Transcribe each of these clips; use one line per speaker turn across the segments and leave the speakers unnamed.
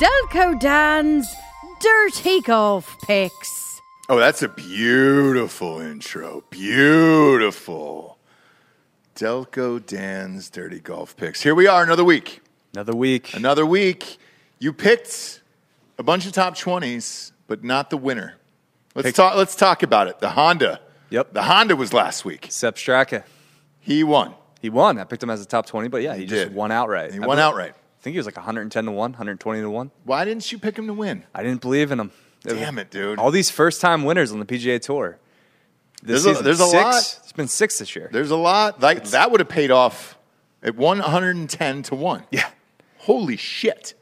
Delco Dan's Dirty Golf Picks.
Oh, that's a beautiful intro. Beautiful. Delco Dan's Dirty Golf Picks. Here we are, another week.
Another week.
Another week. You picked a bunch of top 20s, but not the winner. Let's, talk, let's talk about it. The Honda.
Yep.
The Honda was last week.
Sep Straka.
He won.
He won. I picked him as a top 20, but yeah, he, just
did.
won outright.
He
I
won
believe-
outright.
I think he was like 110 to 1, 120 to 1.
Why didn't you pick him to win?
I didn't believe in him.
Damn it, dude.
All these first time winners on the PGA Tour. This
There's a-
season,
there's a
six.
lot.
It's been six this year.
There's a lot. Like, that would have paid off at 110 to 1.
yeah.
Holy shit.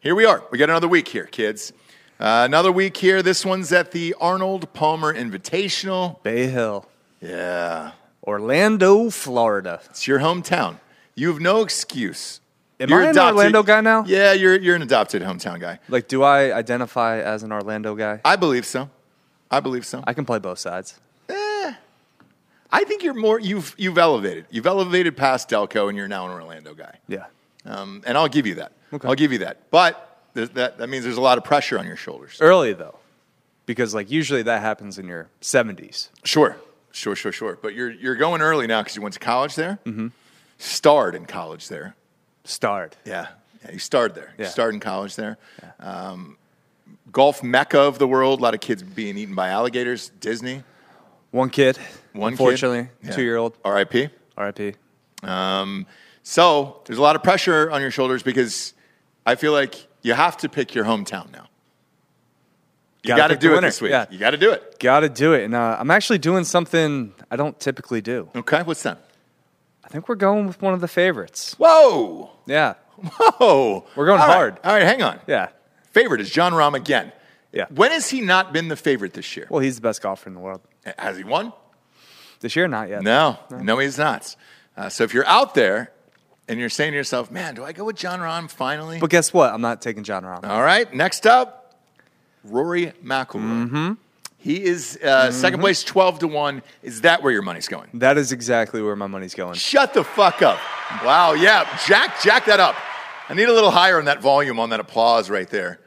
Here we are. We got another week here, kids. Uh, another week here. This one's at the Arnold Palmer Invitational.
Bay Hill,
Yeah.
Orlando, Florida.
It's your hometown. You have no excuse.
Am I an Orlando guy now?
Yeah, you're, you're an adopted hometown guy.
Like, do I identify as an Orlando guy?
I believe so. I believe so.
I can play both sides.
I think you're more, you've, you've elevated. You've elevated past Delco and you're now an Orlando guy.
Yeah.
Um, and I'll give you that.
Okay.
I'll give you that. But there's- that, that means there's a lot of pressure on your shoulders.
Early, though, because like usually that happens in your 70s.
Sure, sure, sure, sure. But you're you're going early now because you went to college there. Mm-hmm. Starred in college there.
Start.
Yeah, yeah. You starred there.
Yeah.
You starred in college there. Um, golf mecca of the world. A lot of kids being eaten by alligators. Disney.
One kid.
One
Unfortunately,
kid. Yeah.
two year old.
R.I.P.
RIP.
Um, so there's a lot of pressure on your shoulders because I feel like you have to pick your hometown now. You got
Gotta
to
pick the
do it
winner.
this week.
Yeah.
You got to do it.
Got to do it. And uh, I'm actually doing something I don't typically do.
Okay. What's that?
I think we're going with one of the favorites.
Whoa.
Yeah.
Whoa.
We're going
All right.
hard.
All right. Hang on.
Yeah.
Favorite is John Rahm again.
Yeah.
When has he not been the favorite this year?
Well, he's the best golfer in the world.
Has he won?
This year, not yet.
No, no, he's not. Uh, so if you're out there and you're saying to yourself, man, do I go with John Rahm finally?
But guess what? I'm not taking John Rahm.
All right, next up, Rory McIlroy.
Mm-hmm.
He is uh, second place, 12 to 1. Is that where your money's going?
That is exactly where my money's going.
Shut the fuck up. Wow, yeah, jack, jack that up. I need a little higher on that volume, on that applause right there.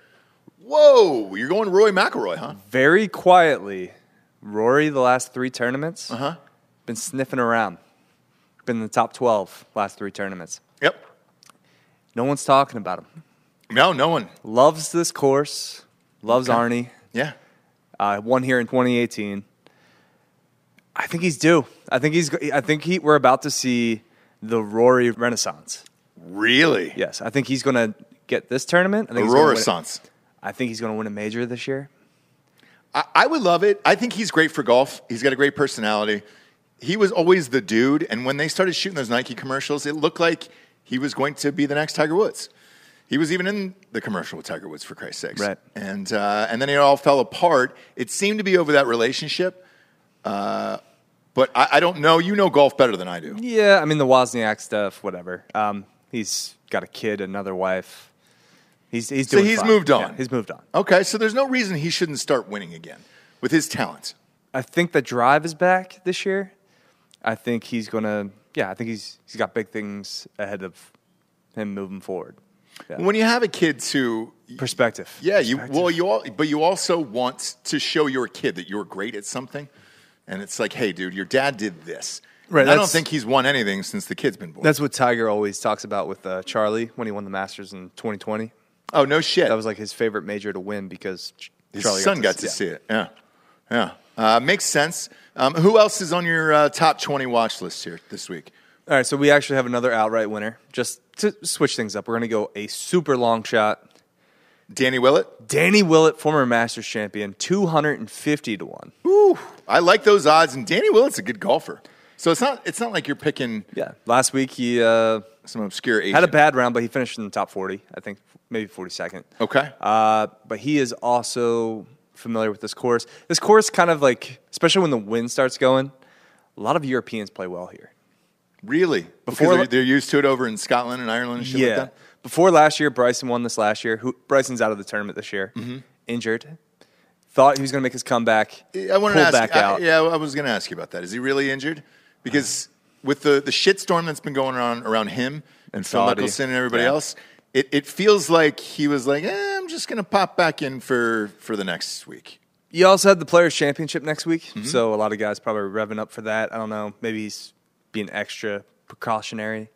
Whoa, you're going Rory McIlroy, huh?
Very quietly, Rory, the last three tournaments,
Uh-huh.
been sniffing around. Been in the top 12 last three tournaments.
Yep.
No one's talking about him.
No, no one.
Loves this course, loves Arnie.
Yeah.
uh, one here in 2018. I think he's due. I think he's. I think he. We're about to see the Rory Renaissance.
Really?
Yes, I think he's going to get this tournament. I think he's gonna
Aurora
win-
Sons.
I think he's going to win a major this year.
I, I would love it. I think he's great for golf. He's got a great personality. He was always the dude. And when they started shooting those Nike commercials, it looked like he was going to be the next Tiger Woods. He was even in the commercial with Tiger Woods, for Christ's sakes.
Right.
And, uh, and then it all fell apart. It seemed to be over that relationship. Uh, but I, I don't know. You know golf better than I do.
Yeah, I mean the Wozniak stuff, whatever. Um, he's got a kid, another wife. He's he's
So
doing.
he's
fine.
moved on.
Yeah, he's moved on.
Okay, so there's no reason he shouldn't start winning again with his talent.
I think the drive is back this year. I think he's going to. Yeah, I think he's he's got big things ahead of him moving forward. Yeah.
When you have a kid too,
Perspective.
Yeah, you well, you all, but you also want to show your kid that you're great at something, and it's like, hey, dude, your dad did this.
Right,
And I don't
that's-
think he's won anything since the kid's been born.
That's what Tiger always talks about with uh, Charlie when he won the Masters in 2020.
oh no shit.
That was like his favorite major to win because Ch-
His
Charlie
son got to, see it. Yeah, yeah, uh, makes sense. Um, who else is on your uh, top twenty watch list here this week?
yeah. All right, so we actually have another outright winner. Just to switch things up, we're going to go a super long shot.
Danny Willett.
Danny Willett, former Masters champion, 250 to 1.
Ooh, I like those odds, and Danny Willett's a good golfer. So it's not it's not like you're picking
Yeah. Last week he uh,
some obscure agent.
had a bad round, but he finished in the top 40, I think, maybe 42nd.
Okay.
Uh, but he is also familiar with this course. This course kind of like, especially when the wind starts going, a lot of Europeans play well here.
really?
before-
because they're, they're used to it over in Scotland and Ireland and shit like that.
Before last year, Bryson won this last year. Who, Bryson's out of the tournament this year,
Mm-hmm.
injured. Thought he was going to make his comeback.
I wanted to
pulled
ask.
back
I-
out.
yeah, I was going to ask you about that. Is he really injured? Because with the the shitstorm that's been going on around him and, Phil
Saudi.
Mickelson and everybody
Yeah.
else, It, it feels like he was like, eh, I'm just going to pop back in for, for the next week.
You also have the Players Championship next week,
Mm-hmm.
so a lot of guys probably revving up for that. I don't know. Maybe he's being extra precautionary.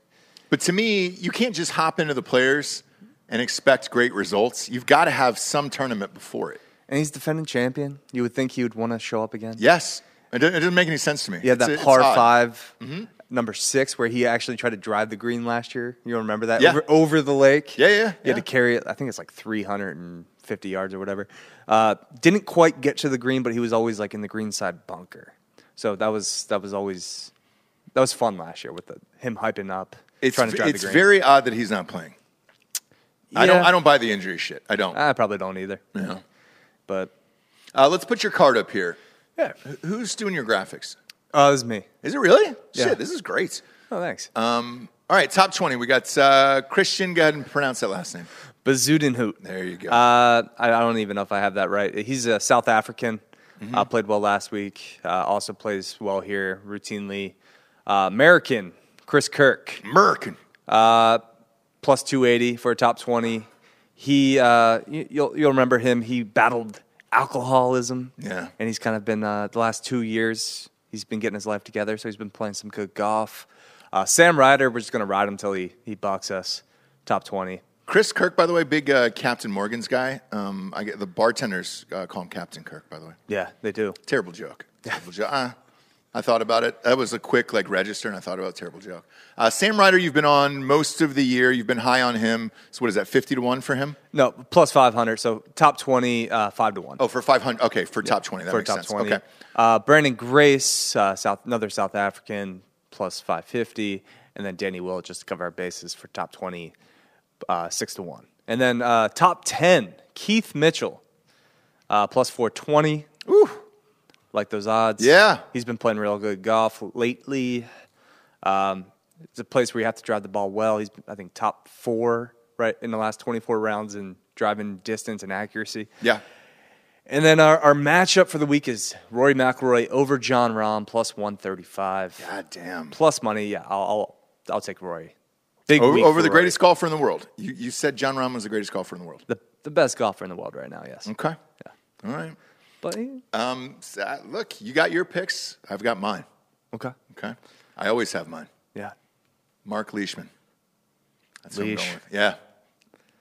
But to me, you can't just hop into the players and expect great results. You've got to have some tournament before it.
And he's defending champion. You would think he would want to show up again.
Yes. It doesn't, it doesn't make any sense to me.
You have
It's-
that
it's
par
odd. Mm-hmm.
5 number six, where he actually tried to drive the green last year. You remember that?
Yeah.
Over, over the lake.
Yeah, yeah,
You
yeah.
had to carry it, I think it's like 350 yards or whatever. Uh, didn't quite get to the green, but he was always like in the green side bunker. So that was that was always that was fun last year with the, him hyping up,
It's,
trying to drive
it's
the green.
very odd that he's not playing. I don't.
Yeah.
I don't buy the injury shit. I don't.
I probably don't either.
Yeah.
But
Uh, let's put your card up here.
yeah,
Wh- Who's doing your graphics?
oh, it was me.
Is it really?
Yeah.
Shit, this is great.
Oh, thanks.
Um, all right, top twenty. We got uh, Christian. Go ahead and pronounce that last name.
Bazudinhoot.
There you go.
Uh, I, I don't even know if I have that right. He's a South African. Uh, played well last week. Uh, also plays well here routinely. Uh, American Chris Kirk
Merkin.
plus 280 for a top 20. He uh, you, you'll you'll remember him. He battled alcoholism.
Yeah.
and he's kind of been uh, the last two years. He's been getting his life together, so he's been playing some good golf. Uh, Sam Ryder, we're just gonna ride him till he he bucks us top 20.
Chris Kirk, by the way, big uh, Captain Morgan's guy. Um, I get the bartenders uh, call him Captain Kirk. By the way,
Yeah, they do.
terrible joke. Terrible joke. Uh, I thought about it. That was a quick like register, and I thought about terrible joke. Uh, Sam Ryder, you've been on most of the year. You've been high on him. So what is that, fifty to one for him?
No, plus 500. So top 20, uh, 5 to 1.
Oh, for five hundred. Okay, for top twenty. That
for
makes
top
sense.
20.
Okay.
Uh, Brandon Grace, uh, South, another South African, plus 550. And then Danny Willett just to cover our bases for top 20, uh, 6 to 1. And then uh, top 10, Keith Mitchell, uh, plus 420. Ooh. Like those odds.
Yeah.
He's been playing real good golf lately. Um, it's a place where you have to drive the ball well. He's, I think, top four right in the last 24 rounds in driving distance and accuracy.
Yeah.
And then our, our matchup for the week is Rory McIlroy over John Rahm plus 135.
God damn.
Plus money, yeah, I'll, I'll, I'll take Rory. Big
Over,
week
over
for
the
Rory.
greatest golfer in the world. You, you said John Rahm was the greatest golfer in the world.
The, the best golfer in the world right now, yes.
Okay. All right.
But, he-
Um, so, uh, look, you got your picks. I've got mine.
okay.
Okay. I always have mine.
Yeah.
Mark Leishman. That's who I'm
Leash.
going with. Yeah.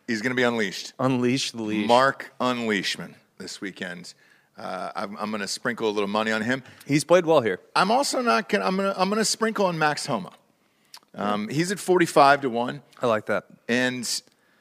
He's going to be unleashed.
Unleash the leash.
Mark Unleashman this weekend. Uh, I'm, I'm going to sprinkle a little money on him.
He's played well here.
I'm also not going to, I'm going to, I'm going to sprinkle on Max Homa. Um, he's at 45 to 1.
I like that.
And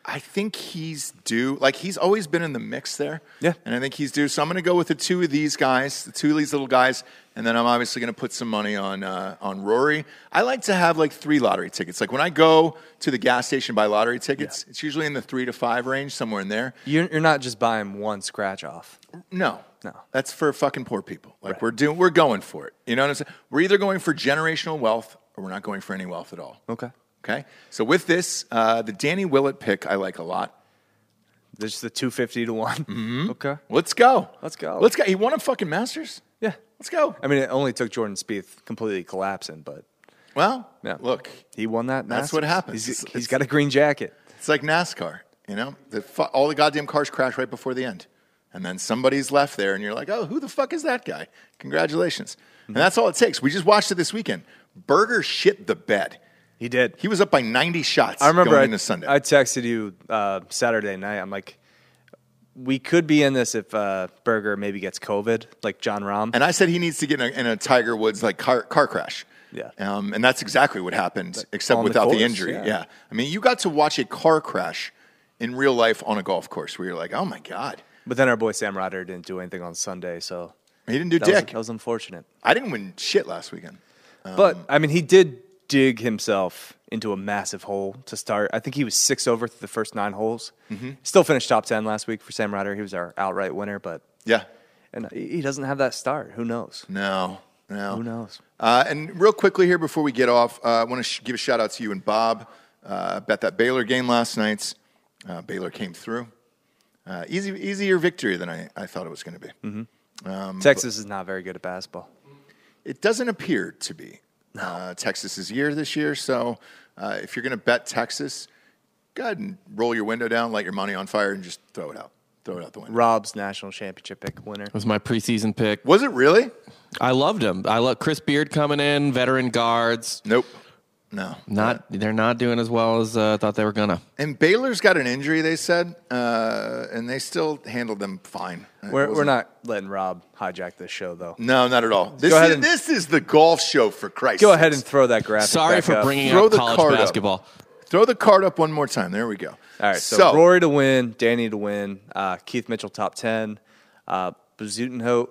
I think he's due. Like he's always been in the mix there.
Yeah.
And I think he's due. So I'm going to go with the two of these guys, the two of these little guys, and then I'm obviously going to put some money on uh, on Rory. I like to have like three lottery tickets. Like when I go to the gas station buy lottery tickets, it's usually in the three to five range, somewhere in there.
You're, you're not just buying one scratch off.
No.
No.
That's for fucking poor people. Like we're doing we're going for it. You know what I'm saying? We're either going for generational wealth or we're not going for any wealth at all.
Okay.
Okay. So with this, uh, the Danny Willett pick I like a lot.
There's the 250 to one.
Mm-hmm.
Okay.
Let's go.
Let's go.
Let's go. He won a fucking Masters.
Yeah.
Let's go.
I mean, it only took Jordan Spieth completely collapsing, but
Well,
Yeah.
look,
he won that.
That's
Masters.
what happens.
He's-
It's-
he's got a green jacket.
it's like NASCAR. You know, the fu- all the goddamn cars crash right before the end, and then somebody's left there, and you're like, oh, who the fuck is that guy? Congratulations.
Mm-hmm.
And that's all it takes. We just watched it this weekend. Berger shit the bed.
He did.
He was up by 90 shots.
I remember
going
I,
into Sunday.
I texted you uh, Saturday night. I'm like, we could be in this if uh, Berger maybe gets COVID, like John Rahm.
and I said he needs to get in a, in a Tiger Woods like car, car crash.
Yeah.
Um, and that's exactly what happened, except
on the
without the,
course,
injury. Yeah.
yeah.
I mean, you got to watch a car crash in real life on a golf course where you're like, oh my God.
but then our boy Sam Ryder didn't do anything on Sunday, so
He didn't do
that, Was,
dick. Um,
that was unfortunate.
I didn't win shit last weekend.
but I mean, he did dig himself into a massive hole to start. I think he was six over through the first nine holes.
Mm-hmm.
Still finished top ten last week for Sam Ryder. He was our outright winner, but
Yeah.
and he he doesn't have that start. Who knows?
No. No.
Who knows?
Uh, and real quickly here before we get off, uh, I want to sh- give a shout out to you and Bob. Uh, bet that Baylor game last night. Uh, Baylor came through. Uh, easy, easier victory than I, I thought it was going to be. Um,
Texas is not very good at basketball.
It doesn't appear to be uh, Texas's year this year. So uh, if you're going to bet Texas, go ahead and roll your window down, light your money on fire, and just throw it out. Throw it out the window.
Rob's national championship pick winner.
was my preseason pick.
Was it really?
I loved him. I love Chris Beard coming in, veteran guards.
Nope. No.
Not they're not doing as well as uh, I thought they were gonna.
And Baylor's got an injury, they said, uh, and they still handled them fine. It
We're, we're
wasn't-
not letting Rob hijack this show, though.
No, not at all. This,
ahead
is,
and-
this is the golf show for Christ.
Go ahead and throw that graphic.
Sorry
back
for
up.
bringing
Throw
up
the
college
card up.
basketball.
throw the card up one more time. There we go.
All right, so, Rory to win, Danny to win, uh, Keith Mitchell top ten, uh, Bezuidenhout,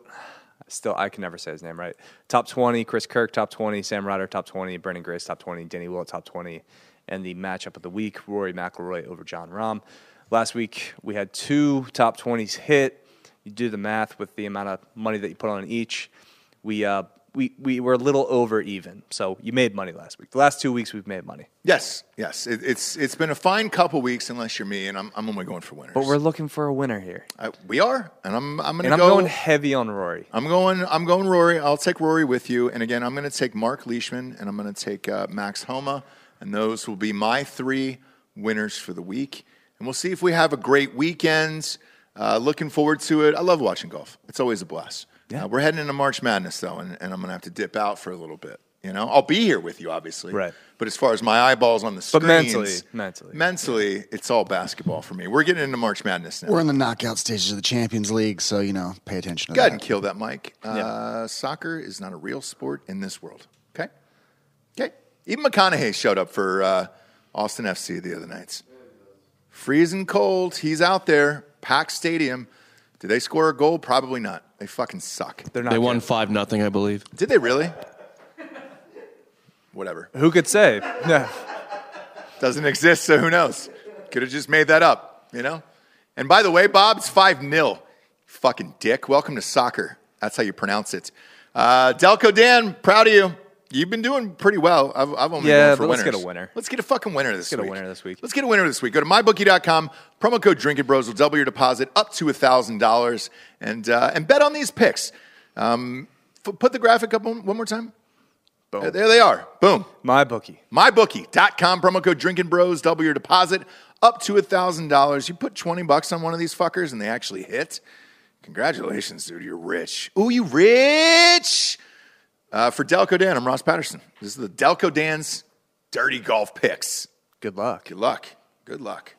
still I can never say his name right. Top twenty, Chris Kirk top twenty, Sam Ryder top twenty, Brendan Grace top twenty, Danny Willett top twenty, and the matchup of the week: Rory McIlroy over John Rahm. Last week we had two top twenties hit. You do the math with the amount of money that you put on each. We uh, we we were a little over even, so you made money last week. The last two weeks we've made money.
Yes, yes. It, it's it's been a fine couple weeks, unless you're me, and I'm I'm only going for winners.
But we're looking for a winner here.
I, we are, and I'm I'm gonna
And I'm
go.
going heavy on Rory.
I'm going. I'm going. Rory. I'll take Rory with you. And again, I'm going to take Mark Leishman and I'm going to take uh, Max Homa, and those will be my three winners for the week. And we'll see if we have a great weekend. Uh, looking forward to it. I love watching golf. It's always a blast.
Yeah.
Uh, we're heading into March Madness though, and, and I'm going to have to dip out for a little bit. You know, I'll be here with you, obviously.
Right.
But as far as my eyeballs on the
But
screens,
mentally, mentally.
mentally, it's all basketball for me. We're getting into March Madness now.
We're in the knockout stages of the Champions League, so you know, pay attention to
Go ahead
that.
and kill that, Mike. Uh, soccer is not a real sport in this world. Okay. Okay. Even McConaughey showed up for uh, Austin FC the other nights. Freezing cold. He's out there. Packed stadium. Did they score a goal? Probably not. They fucking suck.
They're not.
They
good.
won five nothing, I believe.
Did they really? Whatever.
Who could say? No.
Doesn't exist, so who knows? Could have just made that up, you know? And by the way, Bob, it's 5 0. Fucking dick. Welcome to soccer. That's how you pronounce it. Uh, Delco Dan, proud of you. You've been doing pretty well. I've, I've only
Yeah,
gone for
but let's
winners.
get a winner.
Let's get a fucking winner this
get a
week.
winner this week.
Let's get a winner this week. Go to mybookie.com. Promo code Drinking Bros will double your deposit up to $1,000 and, uh, and bet on these picks. Um, f- put the graphic up one, one more time. Uh, There they are. Boom.
My bookie.
MyBookie.com, promo code Drinking Bros, double your deposit up to $1,000. You put 20 bucks on one of these fuckers and they actually hit. Congratulations, dude. You're rich. Ooh, you rich. Uh, for Delco Dan, I'm Ross Patterson. This is the Delco Dan's Dirty Golf Picks.
Good luck.
Good luck. Good luck.